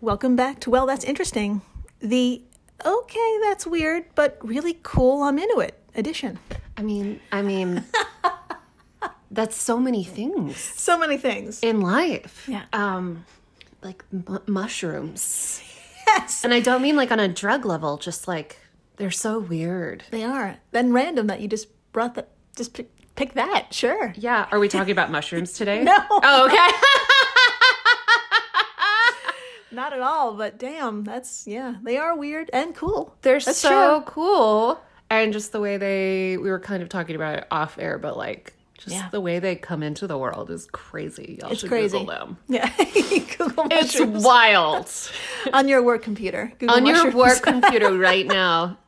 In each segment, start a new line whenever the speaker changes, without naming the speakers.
Welcome back to Well, That's Interesting, the okay, that's weird, but really cool, I'm into it edition.
I mean, I mean, that's so many things
So many things.
in life.
Yeah.
Um, like m- mushrooms,
Yes,
and I don't mean like on a drug level. Just like they're so weird.
they are. Then random that you just brought that, just pick, pick that, sure.
Yeah. Are we talking about mushrooms today?
No.
Oh, okay.
Not at all, but damn, that's, yeah, they are weird and cool.
They're
That's
so
true.
cool, and just the way they we were kind of talking about it off air, but like. Just
Yeah.
the way they come into the world is crazy. Y'all
It's
should
crazy.
Google them.
Yeah, Google
It's
mushrooms
wild.
on your work computer. Google
on your
mushrooms.
work computer right now.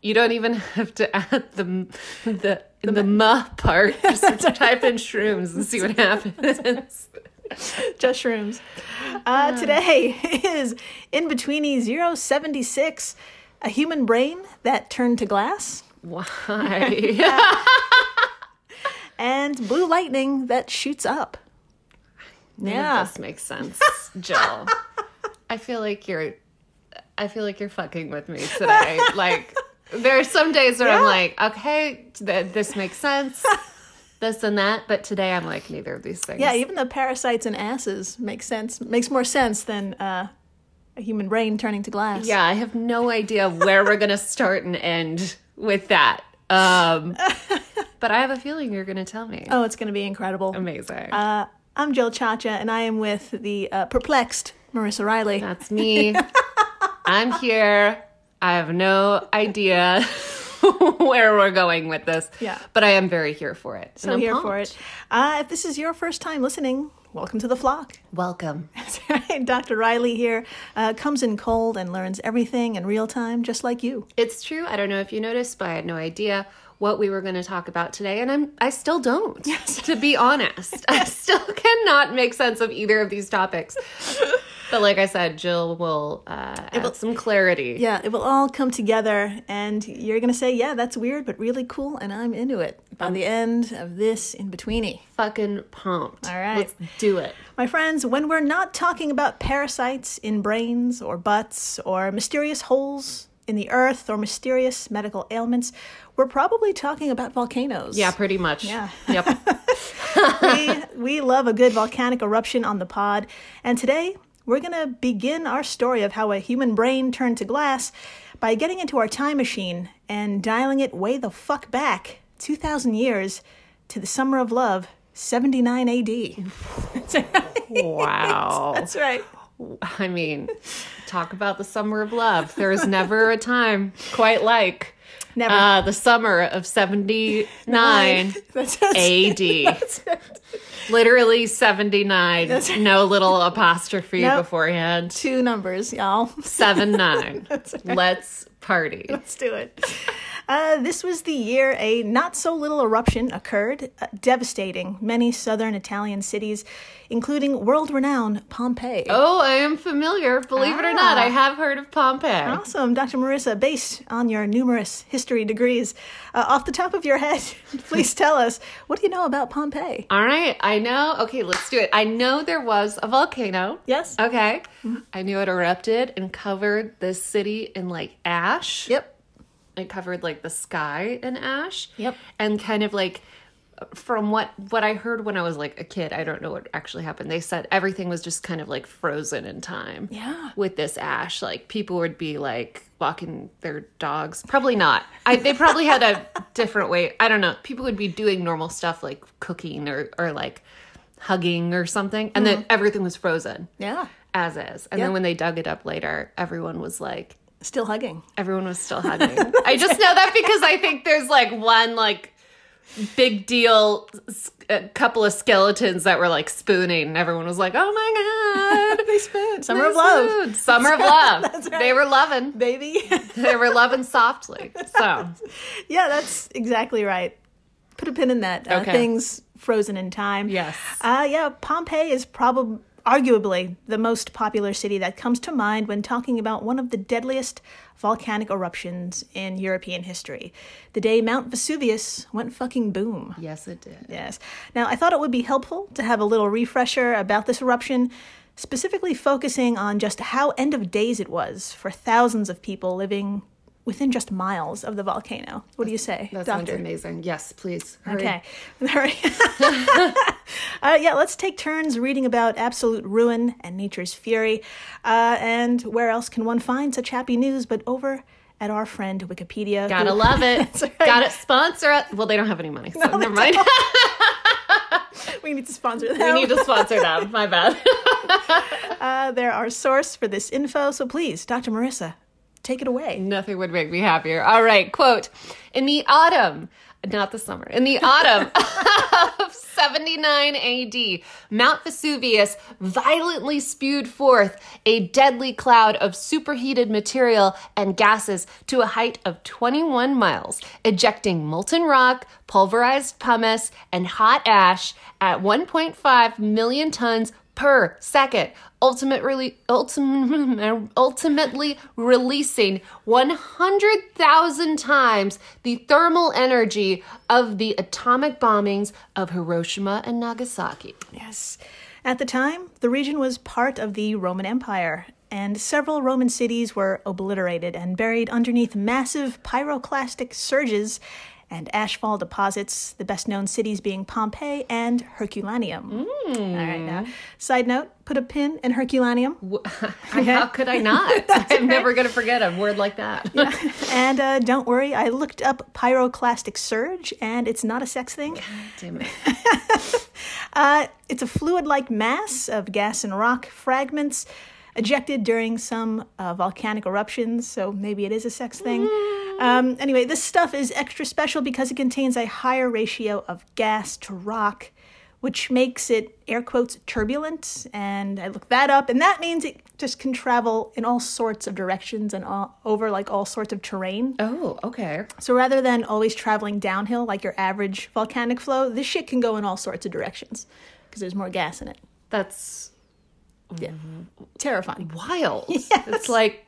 You don't even have to add the the the, ma part. Just type in shrooms and see what happens.
just shrooms. Uh, today is in betweeny 076, a human brain that turned to glass,
Why?
and blue lightning that shoots up.
None
Yeah,
of this makes sense, Jill. I feel like you're, I feel like you're fucking with me today. Like there are some days where I'm
Yeah.
like, okay, th- this makes sense, this and that. But today I'm like neither of these things.
yeah. Even the parasites and asses makes sense. Makes more sense than uh, a human brain turning to glass.
Yeah, I have no idea where we're gonna start and end with that. Um, but I have a feeling you're gonna tell me.
Oh, it's gonna be incredible.
Amazing.
Uh, I'm Jill Chacha, and I am with the uh, perplexed Marissa Riley.
That's me. I'm here. I have no idea where we're going with this.
Yeah.
But I am very here for it.
so here for it. Uh, if this is your first time listening, welcome to the flock.
Welcome.
That's right. Dr. Riley here uh, comes in cold and learns everything in real time, just like you.
It's true. I don't know if you noticed, but I had no idea what we were going to talk about today, and I'm I still don't. To be honest, I still cannot make sense of either of these topics. but like I said, Jill will uh, add some clarity.
Yeah, it will all come together, and you're going to say, Yeah, that's weird, but really cool, and I'm into it by the end of this in betweeny.
Fucking pumped.
All right.
let's do it.
My friends, when we're not talking about parasites in brains or butts or mysterious holes in the earth or mysterious medical ailments, we're probably talking about volcanoes.
Yeah, pretty much.
Yeah.
Yep.
we, we love a good volcanic eruption on the pod. And today, we're going to begin our story of how a human brain turned to glass by getting into our time machine and dialing it way the fuck back 2,000 years to the summer of love, 79 AD.
wow.
That's right.
I mean, talk about the summer of love. There is never a time quite like
Never.
uh, the summer of '79.
That's,
AD. Literally 79. no little apostrophe
Nope.
beforehand.
two numbers, y'all.
7 9. Let's party.
Let's do it. Uh, this was the year a not so little eruption occurred, uh, devastating many southern Italian cities, including world renowned Pompeii.
Oh, I am familiar. Believe it or not,
Ah.
I have heard of Pompeii.
Awesome, Dr. Marissa, based on your numerous history degrees, uh, off the top of your head, please tell us what do you know about Pompeii?
All right, I know. Okay, let's do it. I know there was a volcano.
Yes? Mm-hmm.
Okay. I knew it erupted and covered the city in like ash.
Yep.
it covered like the sky in ash.
Yep.
And kind of like from what what I heard when I was like a kid, I don't know what actually happened. They said everything was just kind of like frozen in time.
Yeah.
With this ash, like people would be like walking their dogs. Probably not. I they probably had a different way. I don't know. People would be doing normal stuff like cooking or or like hugging or something and then everything was frozen
Mm-hmm. Yeah.
as is. And
Yeah.
then when they dug it up later, everyone was like
Still hugging.
everyone was still hugging. I just know that because I think there's like one like big deal, s- a couple of skeletons that were like spooning, and everyone was like, "Oh my god,
They spoon. Summer of
they
love,
spooned. summer of love."
right.
They were loving.
baby.
They were loving softly. So
yeah, that's exactly right. Put a pin in that. Uh,
Okay.
Things frozen in time.
Yes.
Uh, yeah, Pompeii is probably, arguably, the most popular city that comes to mind when talking about one of the deadliest volcanic eruptions in European history. The day Mount Vesuvius went fucking boom.
yes, it did.
Yes. Now, I thought it would be helpful to have a little refresher about this eruption specifically focusing on just how end of days it was for thousands of people living within just miles of the volcano. What do you say,
That sounds
Doctor?
amazing. Yes, please. Hurry.
Okay. All right. uh, yeah, let's take turns reading about absolute ruin and nature's fury. Uh, and where else can one find such happy news but over at our friend Wikipedia?
Gotta
who-
love it.
right.
Gotta sponsor us. Well, they don't have any money, so never mind.
We need to sponsor them.
we need to sponsor them. My bad.
uh, they're our source for this info. So please, Dr. Marissa, take it away.
Nothing would make me happier. All right, quote In the autumn, not the summer, in the autumn of 79 AD, Mount Vesuvius violently spewed forth a deadly cloud of superheated material and gases to a height of 21 miles, ejecting molten rock, pulverized pumice, and hot ash at 1.5 million tons per second, ultimately, ultim- ultimately releasing 100,000 times the thermal energy of the atomic bombings of Hiroshima and Nagasaki.
Yes. At the time, the region was part of the Roman Empire, and several Roman cities were obliterated and buried underneath massive pyroclastic surges and ashfall deposits, the best known cities being Pompeii and Herculaneum. All right, now, side note put a pin in Herculaneum.
How could I not? I'm never going to forget a word like that.
and uh, don't worry, I looked up pyroclastic surge, and it's not a sex thing.
Damn it.
Uh, it's a fluid like mass of gas and rock fragments ejected during some uh, volcanic eruptions, so maybe it is a sex thing. Um, anyway, this stuff is extra special because it contains a higher ratio of gas to rock, which makes it, air quotes, turbulent. And I looked that up, and that means it just can travel in all sorts of directions and all, over like all sorts of terrain.
Oh, okay.
So rather than always traveling downhill like your average volcanic flow, this shit can go in all sorts of directions because there's more gas in it.
That's
Terrifying.
wild. It's like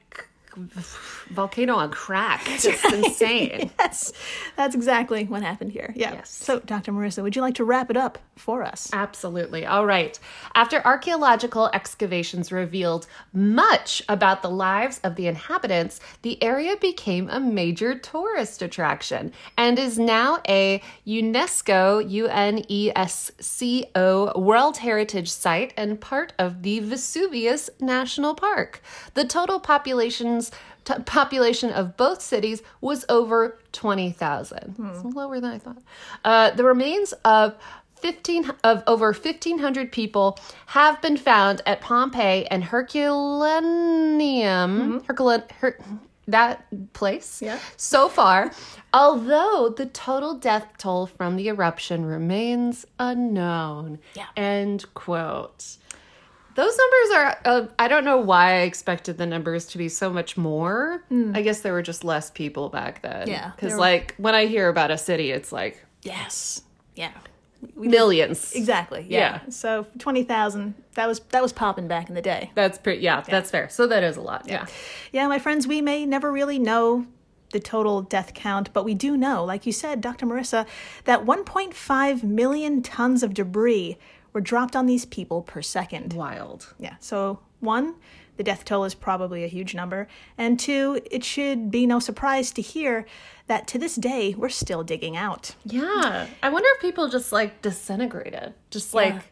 volcano on crack. It's insane.
Yes, that's exactly what happened here. Yeah.
Yes.
So, Dr. Marissa, would you like to wrap it up for us?
Absolutely. All right. After archaeological excavations revealed much about the lives of the inhabitants, the area became a major tourist attraction and is now a UNESCO E UNESCO World Heritage Site and part of the Vesuvius National Park. The total populations t- population of both cities was over 20,000.
Hmm.
It's lower than I thought. Uh, the remains of 15 of over 1500 people have been found at Pompeii and Herculaneum Hercula- Her- that place
Mm-hmm. Yeah.
so far although the total death toll from the eruption remains unknown
Yeah.
end quote those numbers are uh, i don't know why i expected the numbers to be so much more i guess there were just less people back then
Hmm. Yeah,
because
there were-
like when i hear about a city it's like
Yes. Yeah.
millions
Exactly. Yeah.
Yeah.
So twenty thousand. That was that was popping back in the day.
That's pretty. Yeah, that's fair. So that is a lot. Yeah.
Yeah, my friends, we may never really know the total death count, but we do know, like you said, Dr. Marissa, that 1.5 million tons of debris were dropped on these people per second.
Wild.
Yeah. So, one, the death toll is probably a huge number. And two, it should be no surprise to hear that to this day, we're still digging out.
Yeah. I wonder if people just like disintegrated. Just like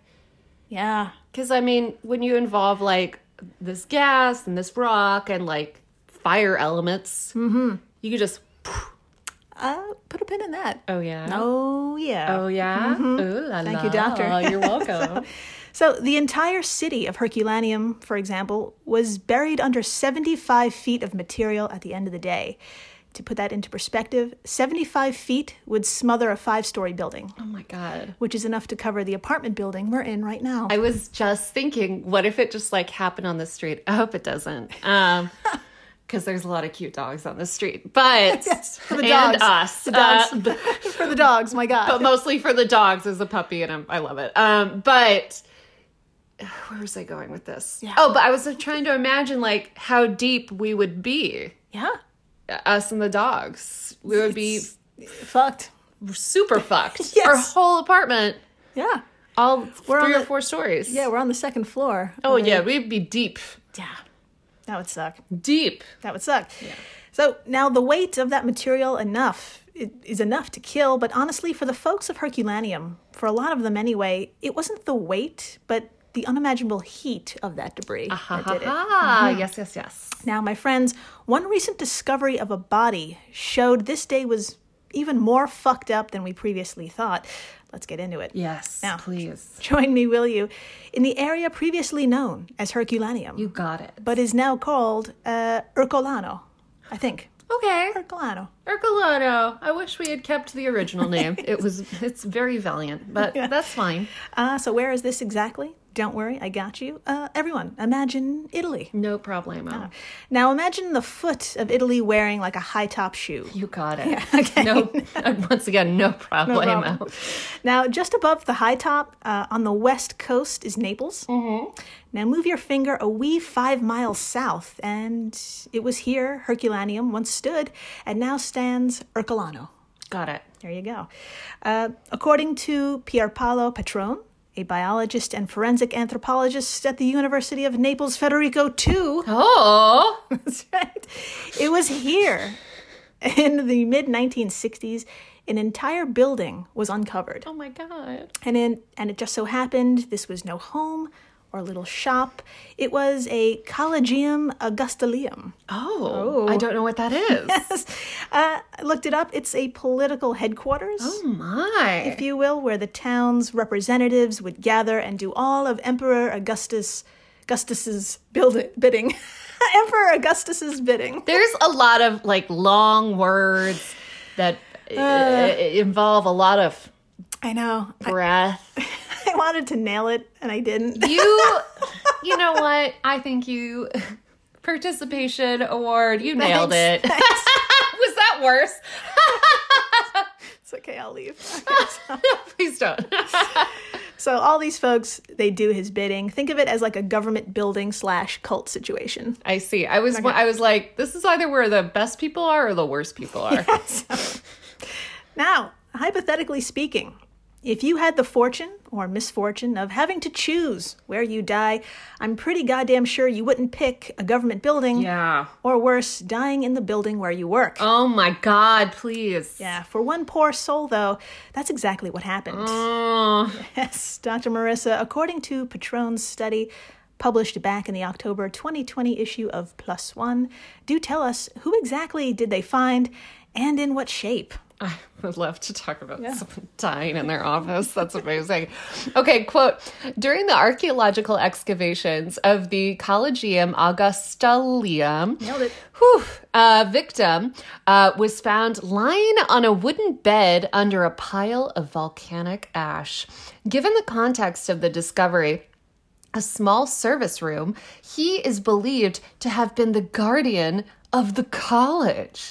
Yeah.
because I mean, when you involve like this gas and this rock and like fire elements, mm-hmm. you could just.
Uh, put a pin in that.
Oh yeah.
Oh, yeah.
Oh yeah. Ooh, la,
Mm-hmm. Thank you,
la.
doctor.
You're welcome.
So, the entire city of Herculaneum, for example, was buried under 75 feet of material at the end of the day. To put that into perspective, 75 feet would smother a five story building,
oh my god.
which is enough to cover the apartment building we're in right now.
I was just thinking, what if it just like happened on the street? I hope it doesn't. Um, because there's a lot of cute dogs on the street, but
for the
and
dogs.
us,
The dogs.
Uh, but-
For the dogs, my God.
but mostly for the dogs as a puppy, and I'm, I love it. Um, but where was I going with this?
Yeah.
Oh, but I was trying to imagine like how deep we would be, uh,
yeah.
us and the dogs. We would be
Fucked.
super fucked.
Yes.
Our whole apartment
Yeah.
all
We're on
three or
the-
four stories.
Yeah, we're on the second floor.
Oh yeah, we'd be deep,
Yeah. That would suck.
deep.
That would suck. So now the weight of that material enough it is enough to kill, but honestly, for the folks of Herculaneum, for a lot of them anyway, it wasn't the weight, but the unimaginable heat of that debris that did it.
Ah, yes, yes, yes.
Now, my friends, one recent discovery of a body showed this day was even more fucked up than we previously thought. Let's get into it.
Yes,
Now.
please.
Join me, will you, in the area previously known as Herculaneum,
You got it.
but is now called uh, Ercolano, I think.
Okay.
Ercolano.
Ercolano. I wish we had kept the original name. It was it's very valiant, but that's fine.
Uh, so, where is this exactly? Don't worry, I got you. Uh, everyone, imagine Italy.
No problemo.
Now, imagine the foot of Italy wearing like a high top shoe.
You got it. okay. No once again, no problemo.
Now, just above the high top uh, on the west coast is Naples. Mm-hmm. Now, move your finger a wee five miles south, and it was here Herculaneum once stood, and now stands Ercolano.
got it.
There you go. Uh, according to Pierpaolo Patron, a biologist and forensic anthropologist at the University of Naples Federico II,
Oh
that's right. It was here in the mid 1960s an entire building was uncovered.
Oh my god.
And in and it just so happened this was no home or little shop. It was a Collegium Augustulium.
Oh, I don't know what that is.
Uh, I looked it up. It's a political headquarters.
Oh my.
If you will, where the town's representatives would gather and do all of Emperor Augustus Augustus's build- bidding. Emperor Augustus's bidding.
There's a lot of like long words that uh, involve a lot of
I know.
breath.
I wanted to nail it and I didn't.
You, you know what? I think you participation award. You nailed
Thanks.
it. Was that worse?
It's okay, I'll leave.
Please don't.
so all these folks, they do his bidding. Think of it as like a government building slash cult situation.
I see. I was. I was like, this is either where the best people are or the worst people are.
Now, hypothetically speaking, if you had the fortune or misfortune of having to choose where you die, I'm pretty goddamn sure you wouldn't pick a government building
Yeah.
or worse, dying in the building where you work.
Oh my God! Please.
Yeah, for one poor soul though, that's exactly what happened.
Oh,
Yes, Dr. Marissa, according to Patron's study published back in the October 2020 issue of Plus One, do tell us who exactly did they find and in what shape?
I would love to talk about someone dying in their office. That's amazing. okay, quote During the archaeological excavations of the Collegium Augustulium,
Nailed it.
Whew. A victim uh, was found lying on a wooden bed under a pile of volcanic ash. Given the context of the discovery, a small service room, he is believed to have been the guardian of the college.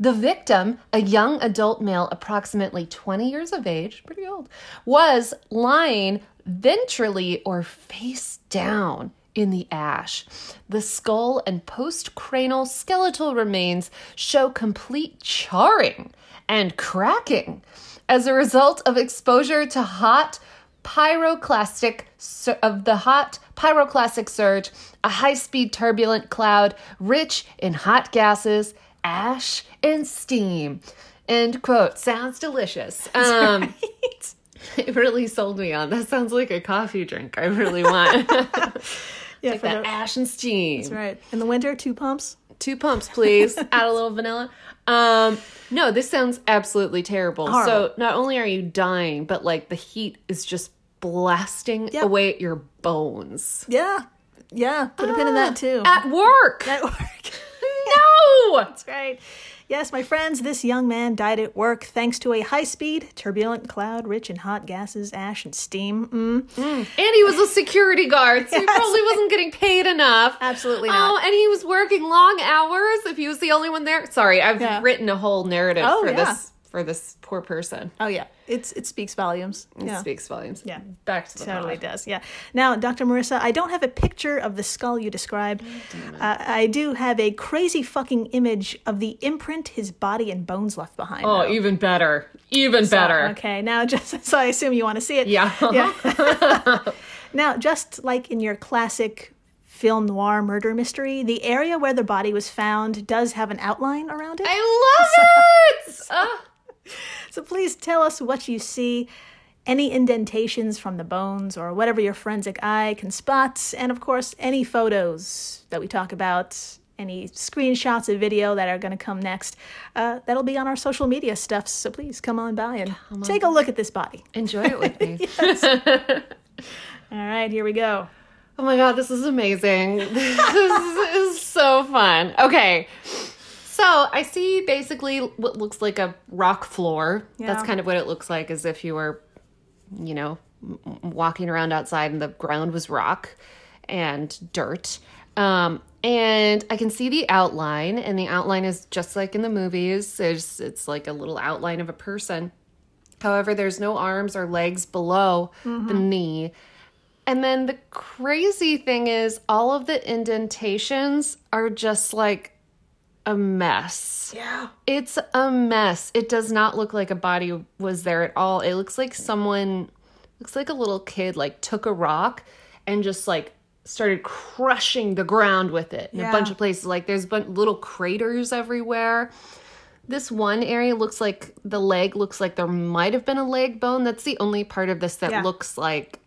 The victim, a young adult male approximately 20 years of age, pretty old, was lying ventrally or face down in the ash. The skull and post cranial skeletal remains show complete charring and cracking as a result of exposure to hot pyroclastic sur- of the hot pyroclastic surge, a high-speed turbulent cloud rich in hot gases, ash, and steam. End quote. Sounds delicious. Um, It really sold me on. That sounds like a coffee drink. I really want
Yeah,
like
for
that
the-
ash and steam.
right. In the winter, two pumps.
Two pumps, please. Add a little vanilla. Um, no, this sounds absolutely terrible. So
Horrible.
not only are you dying, but like the heat is just blasting
Yep.
away at your bones.
Yeah. Yeah. Put a pin in
Ah.
that too.
At work.
At work.
no.
That's right. Yes, my friends, this young man died at work thanks to a high speed, turbulent cloud rich in hot gases, ash, and steam. Mm.
And he was a security guard, so he probably wasn't getting paid enough.
Absolutely
Oh, and he was working long hours if he was the only one there. Sorry, I've
Yeah.
written a whole narrative
Oh,
for
yeah.
this for this poor person.
Oh yeah, it's it speaks volumes.
It
yeah.
speaks volumes.
Yeah.
Back to the
Totally
pod.
does, yeah. Now, Dr. Marissa, I don't have a picture of the skull you described. Uh, I do have a crazy fucking image of the imprint his body and bones left behind.
Oh,
though.
even better. Even better.
Okay, now just so I assume you want to see it.
Yeah.
Yeah. now, just like in your classic film noir murder mystery, the area where the body was found does have an outline around it.
I love it. Ah.
So please tell us what you see, any indentations from the bones or whatever your forensic eye can spot, and of course, any photos that we talk about, any screenshots of video that are going to come next. Uh, that'll be on our social media stuff, so please come on by and take a look at this body.
Enjoy it with me.
All right, here we go.
Oh my god, this is amazing. this is so fun. Okay. So I see basically what looks like a rock floor. That's
Yeah.
kind of what it looks like, as if you were, you know, m- m- walking around outside and the ground was rock and dirt. Um, and I can see the outline, and the outline is just like in the movies. It's it's like a little outline of a person. However, there's no arms or legs below the knee. And then the crazy thing is, all of the indentations are just like a mess.
Yeah.
It's a mess. It does not look like a body was there at all. It looks like someone, looks like a little kid, like took a rock and just like started crushing the ground with it in
Yeah.
a bunch of places. Like there's bun- little craters everywhere. This one area looks like the leg looks like there might have been a leg bone. That's the only part of this that
Yeah.
looks like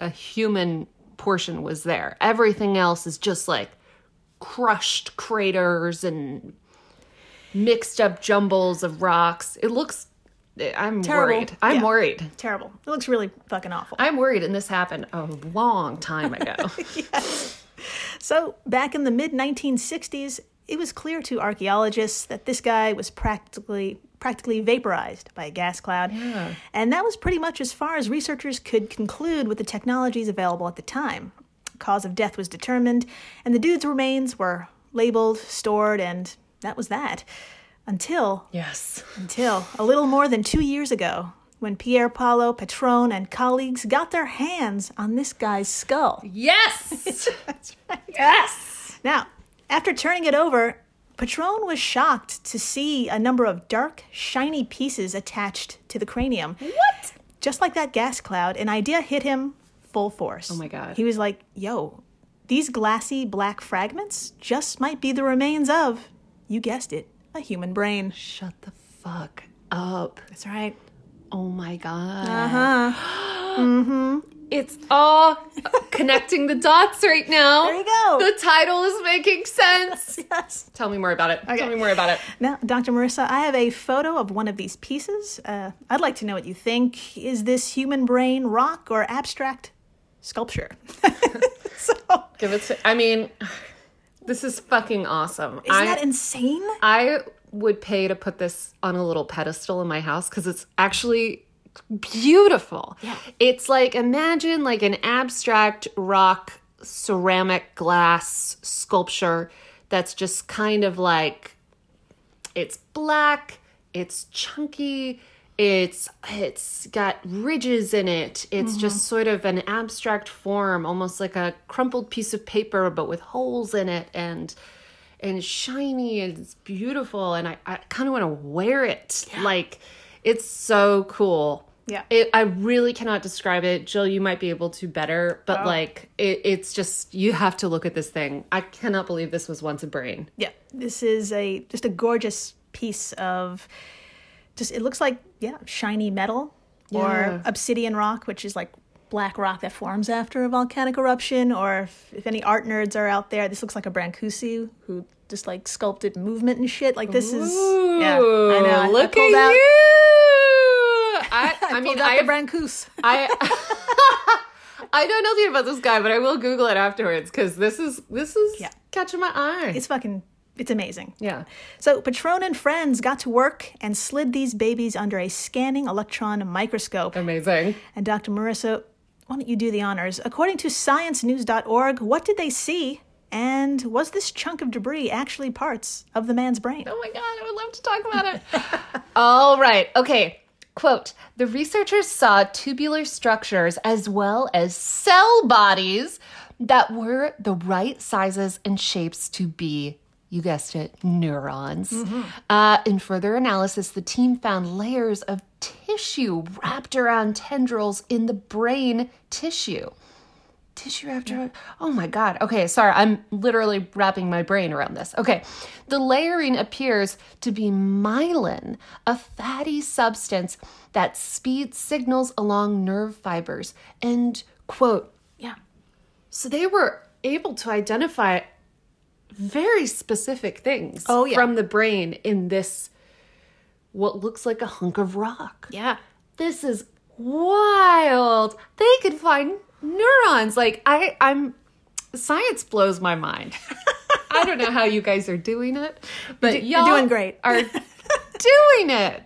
a human portion was there. Everything else is just like crushed craters and mixed up jumbles of rocks. It looks I'm
Terrible.
worried. I'm
Yeah.
worried.
Terrible. It looks really fucking awful.
I'm worried and this happened a long time ago.
So, back in the mid 1960s, it was clear to archaeologists that this guy was practically practically vaporized by a gas cloud. And that was pretty much as far as researchers could conclude with the technologies available at the time. Cause of death was determined, and the dude's remains were labeled, stored, and that was that. Until
yes.
until a little more than two years ago, when Pierre Paolo Patron and colleagues got their hands on this guy's skull.
Yes. Yes.
Now, after turning it over, Patron was shocked to see a number of dark, shiny pieces attached to the cranium.
What?
Just like that gas cloud, an idea hit him full force. Oh
my God.
He was like, yo, these glassy black fragments just might be the remains of, you guessed it, a human brain.
Shut the fuck up.
That's right.
Oh my god. Uh-huh. mm-hmm. It's all connecting the dots right now.
There you go.
The title is making sense.
Yes.
Tell me more about it. Tell me more about it.
Now, Dr. Marissa, I have a photo of one of these pieces. Uh, I'd like to know what you think. Is this human brain rock or abstract sculpture? so, isn't
Give it to, I mean, this is fucking awesome. I,
that insane?
I would pay to put this on a little pedestal in my house because it's actually beautiful. Yeah. It's like imagine like an abstract rock ceramic glass sculpture that's just kind of like it's black, it's chunky, it's it's got ridges in it. It's just sort of an abstract form, almost like a crumpled piece of paper but with holes in it and and shiny and it's beautiful and I, I kind of want to wear it. Like it's so cool.
Yeah.
It, I really cannot describe it. Jill, you might be able to better, but like it, it's just you have to look at this thing. I cannot believe this was once a brain.
Yeah, this is a just a gorgeous piece of just it looks like yeah shiny metal
Yeah.
or obsidian rock, which is like black rock that forms after a volcanic eruption. Or if, if any art nerds are out there, this looks like a Brancusi who just like sculpted movement and shit. Like this is yeah, I
Ooh,
know. I- I
Look
pulled
at
out-
you. I, I,
I
mean,
pulled out
I,
the Brancusi.
I, I don't know anything about this guy, but I will Google it afterwards because this is this is
Yeah.
catching my eye.
It's fucking it's amazing.
yeah.
So Patron and friends got to work and slid these babies under a scanning electron microscope.
Amazing.
And Dr. Marissa, why don't you do the honors? According to sciencenews.org, what did they see And was this chunk of debris actually parts of the man's brain?
Oh my God, I would love to talk about it. All right. Okay. Quote The researchers saw tubular structures as well as cell bodies that were the right sizes and shapes to be. You guessed it, neurons. Uh, in further analysis, the team found layers of tissue wrapped around tendrils in the brain tissue tissue after oh my god okay sorry i'm literally wrapping my brain around this okay the layering appears to be myelin a fatty substance that speeds signals along nerve fibers end quote
Yeah.
so they were able to identify very specific things
Oh, yeah.
from the brain in this what looks like a hunk of rock
Yeah.
this is wild they could find neurons like i i'm science blows my mind i don't know how you guys are doing it but
do- you're
y'all
doing great.
are doing it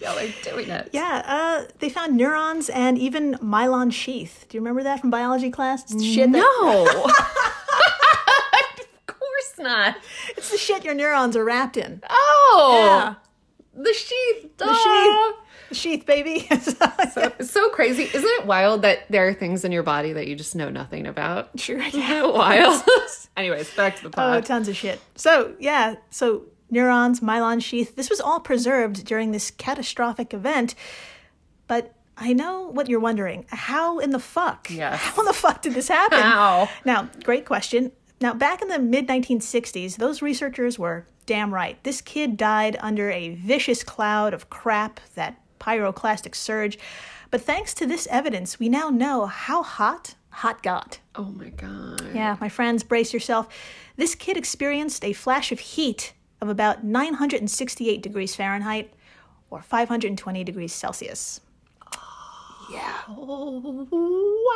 y'all are doing it
Yeah, uh, they found neurons and even myelin sheath. Do you remember that from biology class? It's the shit that-
no of course not
it's the shit your neurons are wrapped in.
oh
Yeah.
the sheath
The sheath. The sheath, baby. so,
so crazy isn't it wild that there are things in your body that you just know nothing about
sure.
wild anyways back to the pod
Oh, tons of shit. So, yeah, so neurons, myelin sheath, this was all preserved during this catastrophic event. But I know what you're wondering. How in the fuck?
Yes.
How in the fuck did this happen?
How?
Now, great question. Now, back in the mid 1960s, those researchers were damn right. This kid died under a vicious cloud of crap, that pyroclastic surge. But thanks to this evidence, we now know how hot hot got.
Oh my god.
Yeah, my friends, brace yourself. This kid experienced a flash of heat of about 968 degrees Fahrenheit or 520 degrees Celsius.
Oh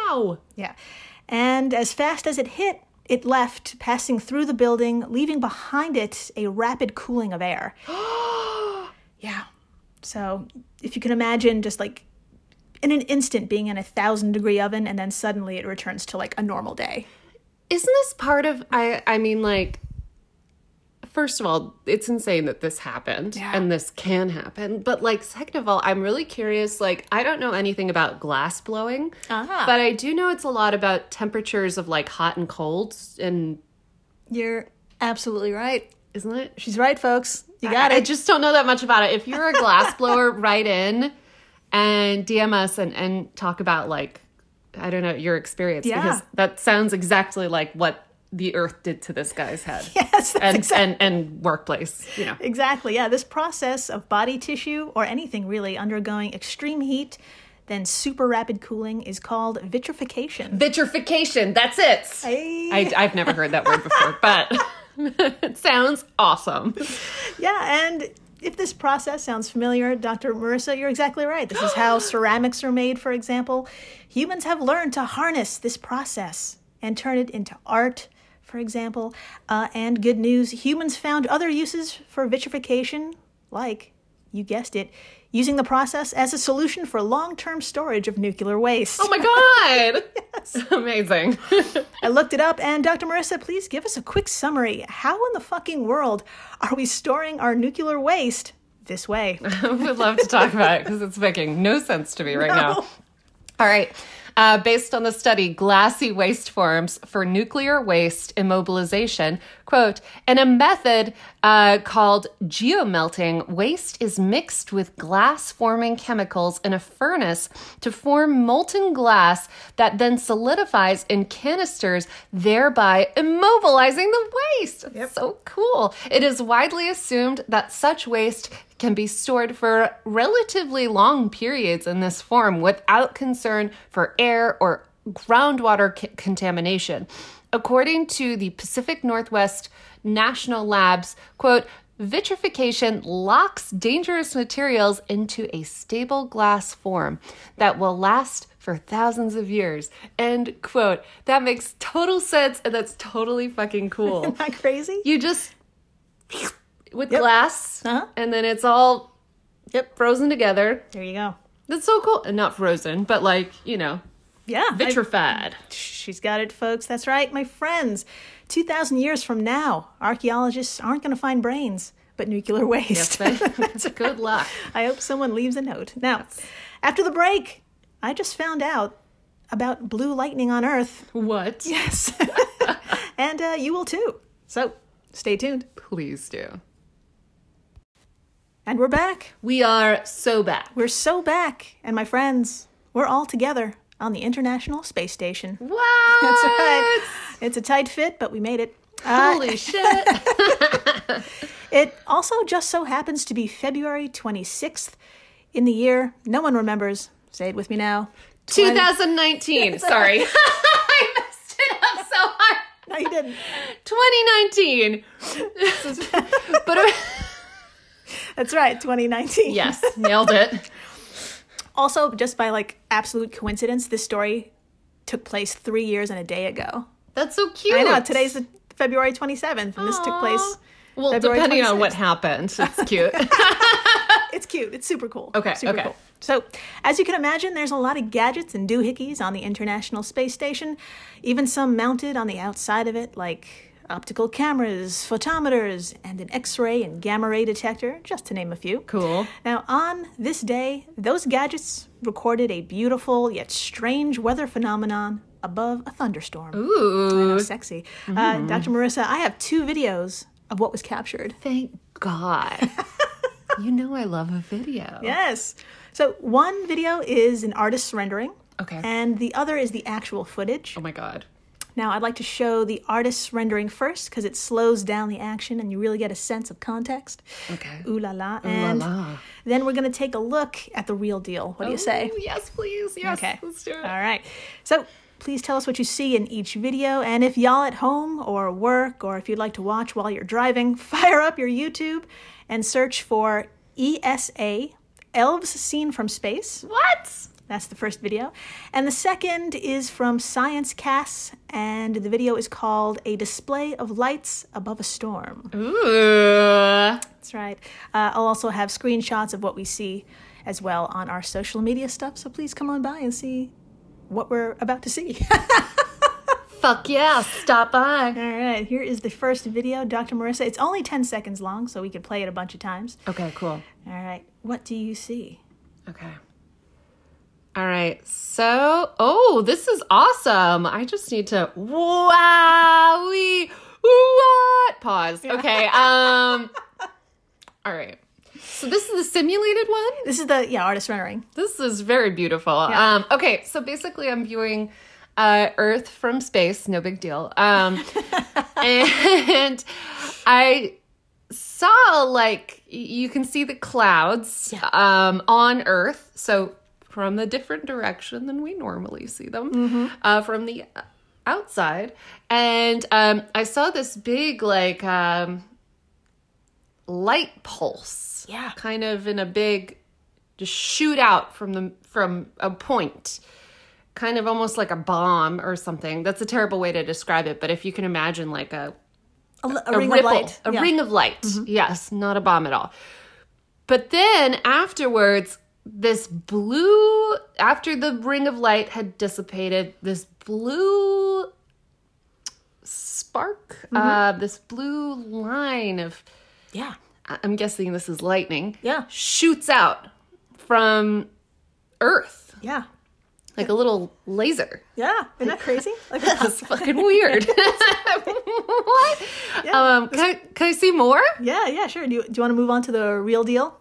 wow.
Yeah. And as fast as it hit, it left, passing through the building, leaving behind it a rapid cooling of air. yeah. So if you can imagine just like in an instant being in a thousand degree oven and then suddenly it returns to like a normal day.
Isn't this part of I I mean like first of all, it's insane that this happened
Yeah.
and this can happen. But like second of all, I'm really curious like I don't know anything about glass blowing,
Ah.
but I do know it's a lot about temperatures of like hot and cold and
You're absolutely right.
isn't it?
She's right, folks. You got
I, I
it.
just don't know that much about it. If you're a glass blower, write in and DM us and, and talk about like I don't know your experience
Yeah.
because that sounds exactly like what the Earth did to this guy's head
Yes, that's
and,
exactly.
and and workplace. You know,
Exactly. Yeah, this process of body tissue or anything really undergoing extreme heat, then super rapid cooling is called vitrification.
vitrification. That's it.
Hey.
I, I've never heard that word before, but it sounds awesome.
Yeah, and if this process sounds familiar, Dr. Marissa, you're exactly right. This is how ceramics are made, for example. Humans have learned to harness this process and turn it into art, for example. Uh, and good news humans found other uses for vitrification, like, you guessed it, using the process as a solution for long term storage of nuclear waste.
Oh my god, amazing.
I looked it up, and Dr. Marissa, please give us a quick summary. How in the fucking world are we storing our nuclear waste this way?
I would love to talk about it because it's making no sense to me right
No.
now. All right. Uh, based on the study, glassy waste forms for nuclear waste immobilization, quote, in a method uh, called geomelting, waste is mixed with glass forming chemicals in a furnace to form molten glass that then solidifies in canisters, thereby immobilizing the waste. So cool. It is widely assumed that such waste can be stored for relatively long periods in this form without concern for air or groundwater c- contamination. According to the Pacific Northwest National Labs, quote, vitrification locks dangerous materials into a stable glass form that will last for thousands of years. End quote. That makes total sense and that's totally fucking cool.
Am I crazy?
You just with glass,
Uh-huh.
and then it's all
Yep.
frozen together.
There you go.
That's so cool. And not frozen, but like you know,
Yeah. I-
Vitrified.
She's got it, folks. That's right, my friends. 2,000 years from now, archaeologists aren't going to find brains, but nuclear waste.
Good luck.
I hope someone leaves a note. Now, after the break, I just found out about blue lightning on Earth.
What?
Yes. and uh, you will too. So stay tuned.
Please do.
And we're back.
We are so back.
We're so back. And my friends, we're all together on the International Space Station.
What?
That's right. Uh, It's a tight fit, but we made it.
Holy shit.
It also just so happens to be February 26th in the year no one remembers. Say it with me now.
2019. Sorry. I messed it up so hard.
No, you didn't.
2019. but uh,
That's right, 2019.
yes, nailed it.
Also, just by like absolute coincidence, this story took place three years and a day ago.
That's so cute.
I know, today's the- February 27th, and this took place.
Well,
February
depending on
26th.
what happened, it's cute.
It's cute. It's super cool.
Okay,
Super
okay.
cool. So, as you can imagine, there's a lot of gadgets and doohickeys on the International Space Station, even some mounted on the outside of it, like optical cameras, photometers, and an X ray and gamma ray detector, just to name a few.
Cool.
Now, on this day, those gadgets recorded a beautiful yet strange weather phenomenon above a thunderstorm.
Ooh. Mm-hmm.
How sexy. Uh, Dr. Marissa, I have two videos of what was captured.
Thank God. you know I love a video.
Yes. So one video is an artist's rendering.
Okay.
And the other is the actual footage.
Oh my God.
Now, I'd like to show the artist's rendering first because it slows down the action and you really get a sense of context.
Okay.
Ooh la la. And
la. Oh.
then we're going to take a look at the real deal. What do you say?
Ooh, yes, please. Yes.
Okay.
Let's do it.
All right. So please tell us what you see in each video. And if y'all at home or work, or if you'd like to watch while you're driving, fire up your YouTube and search for ESA Elves Seen from Space.
What?
That's the first video. And the second is from Science Cass, and the video is called A Display of Lights Above a Storm.
Ooh.
That's right. Uh, I'll also have screenshots of what we see as well on our social media stuff, so please come on by and see what we're about to see.
Fuck yeah. Stop by.
All right, here is the first video, Dr. Marissa. It's only 10 seconds long, so we can play it a bunch of times.
Okay, cool.
All right, what do you see?
Okay. All right. So, oh, this is awesome. I just need to wow what pause. Okay. Um All right. So this is the simulated one?
This is the, yeah, artist rendering.
This is very beautiful.
Yeah.
Um, okay, so basically, I'm viewing uh, Earth from space. No big deal. Um, and I saw like y- you can see the clouds
Yeah.
um, on Earth. So from a different direction than we normally see them
Mm-hmm.
uh, from the outside, and um, I saw this big like um, light pulse.
Yeah.
kind of in a big just shoot out from the from a point kind of almost like a bomb or something that's a terrible way to describe it but if you can imagine like a,
A, l- a
a
ring
ripple
of light.
a
Yeah. Mm-hmm.
ring of light yes not a bomb at all but then afterwards this blue after the ring of light had dissipated this blue spark
Mm-hmm.
uh, this blue line of
Yeah.
I- I'm guessing this is lightning.
Yeah.
Shoots out from Earth
Yeah.
like a little laser.
Yeah. Isn't that crazy? Like,
That's fucking weird. what? um, can I, can I see more?
yeah, yeah, sure. Do you, do you want to move on to the real deal?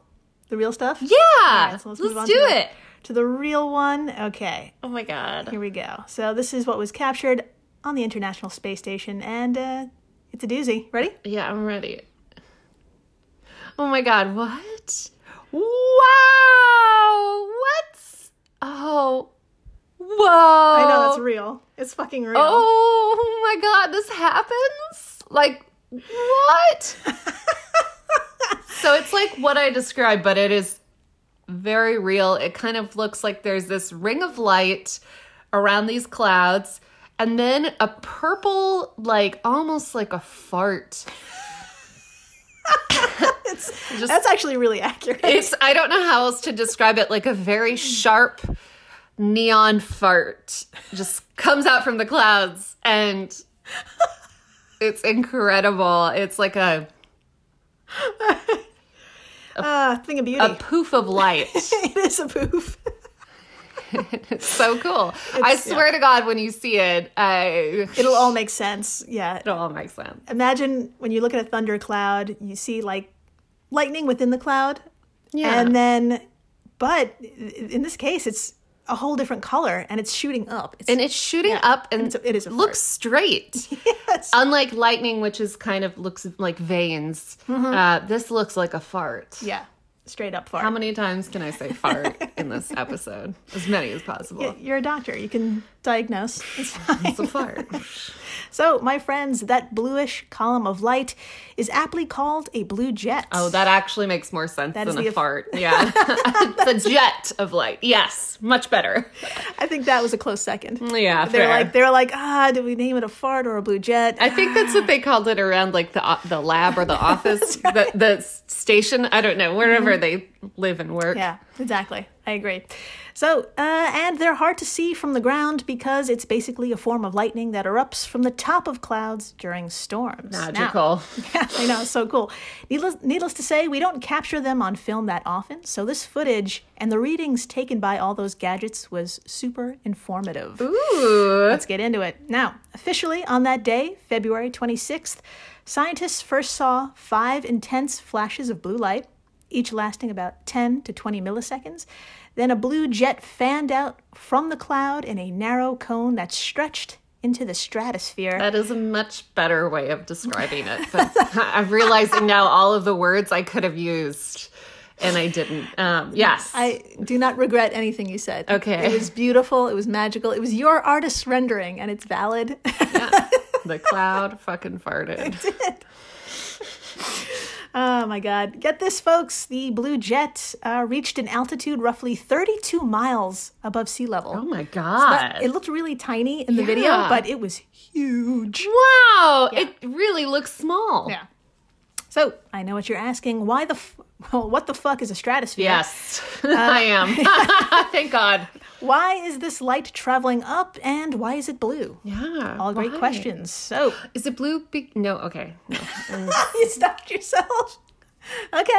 The real stuff?
Yeah.
right, so
let's
let's move on
do
to the-
it.
To the real one. Okay,
Oh my god.
here we go. So this is what was captured on the International Space Station, and uh, it's a doozy. Ready?
Yeah, I'm ready. Oh my god. What? Wow. What? Oh. Whoa.
I know that's real. It's fucking real.
Oh my god, this happens? Like, what? so it's like what I described, but it is very real. It kind of looks like there's this ring of light around these clouds, and then a purple, like almost like a fart.
That's actually really accurate.
It's, I don't know how else to describe it, like a very sharp neon fart just comes out from the clouds and it's incredible. It's like a
Ah, thing of beauty.
a poof of light.
it is a poof.
it's so cool. I swear to God, when you see it, I,
It'll all make sense. Yeah.
it all makes sense.
Imagine when you look at a thundercloud, you see like lightning within the cloud.
Yeah.
And then, but in this case, it's a whole different color and it's shooting up. It's,
and it's shooting up and
it's a- it is a fart.
looks straight.
yes.
Unlike lightning, which is kind of looks like veins,
Mm-hmm.
uh, this looks like a fart.
yeah. Straight up far.
How many times can I say fart in this episode? As many as possible.
You're a doctor. You can diagnose. It's fine.
It's a fart.
So, my friends, that bluish column of light is aptly called a blue jet.
Oh, that actually makes more sense
is
than
the
a
eff-
fart. Yeah. it's a jet of light. Yes. Much better.
I think that was a close second. They're
Yeah. Mm, fair.
like they're like ah, did we name it a fart or a blue jet?
I think that's what they called it around like the o- the lab or the office, the, the station. I don't know, wherever they live and
Mm-hmm.
work.
yeah, exactly. I agree. So, uh, and they're hard to see from the ground because it's basically a form of lightning that erupts from the top of clouds during storms. Now-
Magical.
Yeah, I know, so cool. Needless, needless to say, we don't capture them on film that often, so this footage and the readings taken by all those gadgets was super informative.
Ooh.
Let's get into it. Now, officially on that day, February 26th, scientists first saw five intense flashes of blue light, each lasting about 10 to 20 milliseconds. Then a blue jet fanned out from the cloud in a narrow cone that stretched into the stratosphere.
That is a much better way of describing it. But I'm realizing now all of the words I could have used and I didn't. Um, yes.
I do not regret anything you said.
Okay.
It was beautiful. It was magical. It was your artist's rendering, and it's valid.
the cloud fucking farted.
Oh my God. Get this, folks. The Blue Jet uh, reached an altitude roughly 32 miles above sea level.
Oh my
But
God.
it looked really tiny in the video,
Yeah.
but it was huge.
wow. It really looks small.
Yeah. So I know what you're asking. Why the f- well, what the fuck is a stratosphere?
Yes.
Uh,
I am. Thank God.
Why is this light traveling up, and why is it blue?
Yeah.
All great
why?
questions. So
Is it blue? Be- no. Okay. No.
you stopped yourself. Okay.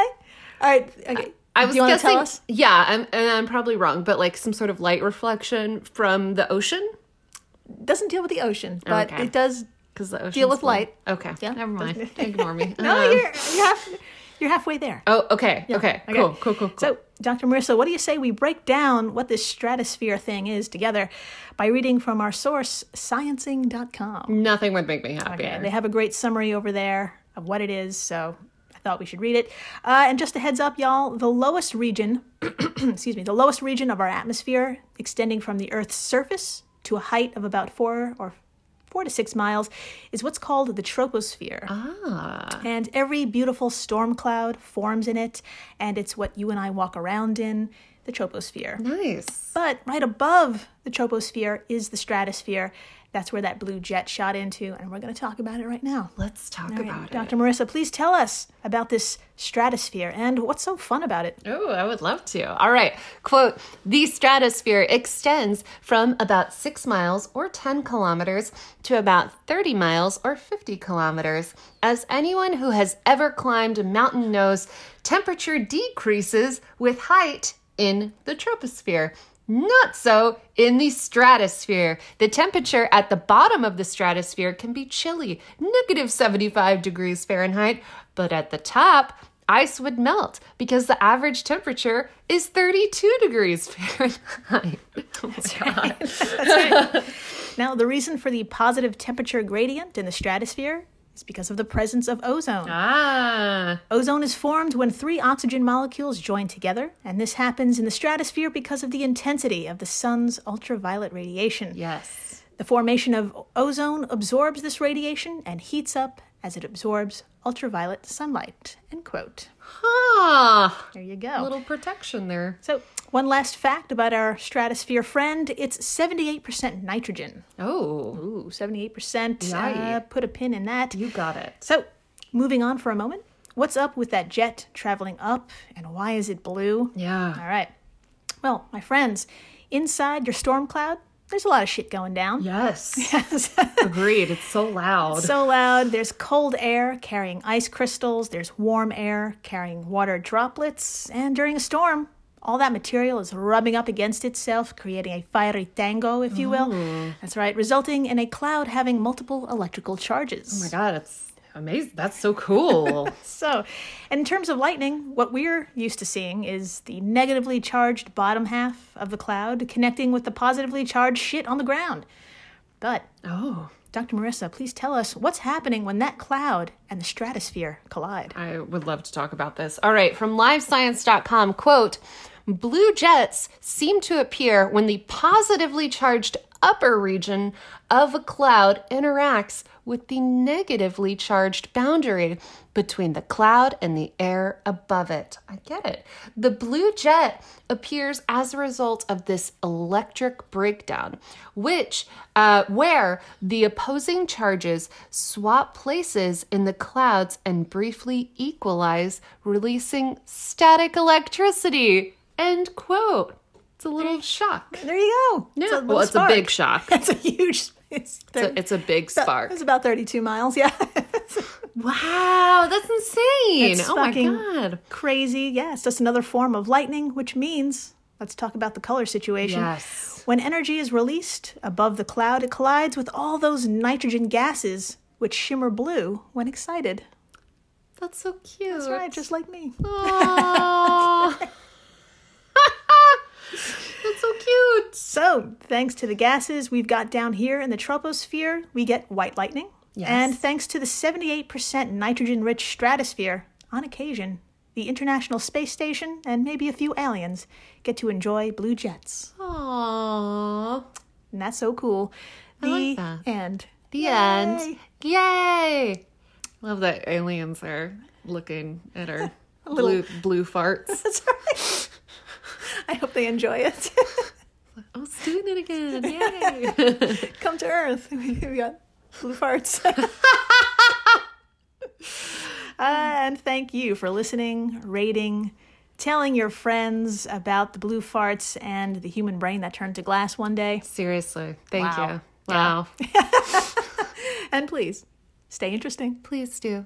All right. Okay.
I was
Do you want to
guessing.
tell us?
Yeah, I'm, and I'm probably wrong, but like some sort of light reflection from the ocean
Doesn't deal with the ocean, but
Okay.
it does.
because the ocean
with light.
Okay.
Yeah.
Never mind. Ignore me.
No,
Um,
you're you're, half, you're halfway there.
Oh, okay. okay.
Okay.
Cool. Cool. Cool. cool.
So, Dr. Marissa, what do you say we break down what this stratosphere thing is together by reading from our source, sciencing.com?
Nothing would make me happier.
And they have a great summary over there of what it is, so I thought we should read it. Uh, and just a heads up, y'all, the lowest region, excuse me, the lowest region of our atmosphere, extending from the Earth's surface to a height of about four or four to six miles, is what's called the troposphere.
Ah.
And every beautiful storm cloud forms in it, and it's what you and I walk around in the troposphere.
Nice.
But right above the troposphere is the stratosphere. That's where that blue jet shot into, and we're going to talk about it right now.
Let's talk
All right,
about it.
Dr. Marissa, please tell us about this stratosphere and what's so fun about it.
Oh, I would love to. All right. Quote The stratosphere extends from about six miles or 10 kilometers to about 30 miles or 50 kilometers. As anyone who has ever climbed a mountain knows, temperature decreases with height in the troposphere. Not so in the stratosphere. The temperature at the bottom of the stratosphere can be chilly, negative 75 degrees Fahrenheit, but at the top, ice would melt because the average temperature is 32 degrees Fahrenheit.
Now, the reason for the positive temperature gradient in the stratosphere is because of the presence of ozone.
ah,
Ozone is formed when three oxygen molecules join together, and this happens in the stratosphere because of the intensity of the sun's ultraviolet radiation.
yes.
The formation of ozone absorbs this radiation and heats up as it absorbs ultraviolet sunlight. End quote.
Ah,
There you go.
little protection there.
so, one last fact about our stratosphere friend it's 78% nitrogen.
Oh,
Ooh, 78%. Uh,
Yay.
put a pin in that.
you got it.
So, moving on for a moment, what's up with that jet traveling up and why is it blue?
Yeah.
All right. Well, my friends, Inside your storm cloud, there's a lot of shit going down.
Yes.
Yes.
Agreed. It's so loud.
so loud. There's cold air carrying ice crystals, there's warm air carrying water droplets, and during a storm, all that material is rubbing up against itself, creating a fiery tango, if you will. That's right, resulting in a cloud having multiple electrical charges.
oh my God, it's amazing. That's so cool.
So, in terms of lightning, what we're used to seeing is the negatively charged bottom half of the cloud connecting with the positively charged shit on the ground. But,
oh.
Dr. Marissa, please tell us what's happening when that cloud and the stratosphere collide.
I would love to talk about this. All right, from livescience.com quote, blue jets seem to appear when the positively charged upper region of a cloud interacts with the negatively charged boundary between the cloud and the air above it. I get it. The blue jet appears as a result of this electric breakdown, which uh, where the opposing charges swap places in the clouds and briefly equalize, releasing static electricity. End quote. It's a little shock.
There you go.
Yeah.
little
well, it's
spark.
a big shock.
It's a huge. It's,
It's a, it's a big spark.
It's about 32 miles, yeah.
Wow, that's insane.
It's
oh my
fucking-
god.
Crazy. Yeah, it's just another form of lightning, which means let's talk about the color situation.
Yes.
When energy is released above the cloud, it collides with all those nitrogen gases which shimmer blue when excited.
That's so cute.
That's right, just like me.
Aw. That's so cute.
So, thanks to the gases we've got down here in the troposphere, we get white lightning.
Yes.
And thanks to the 78% nitrogen rich stratosphere, on occasion, the International Space Station and maybe a few aliens get to enjoy blue jets.
Aww.
And that's so cool. The
like that.
end.
The end. Yay! Love that aliens are looking at our blue blue farts.
That's right. I hope they enjoy it.
Oh, it's doing it again. Yay!
Come to Earth. We got blue farts. and thank you for listening, rating, telling your friends about the blue farts and the human brain that turned to glass one day.
Seriously. Thank
Wow.
you. Wow.
And please, stay interesting.
Please do.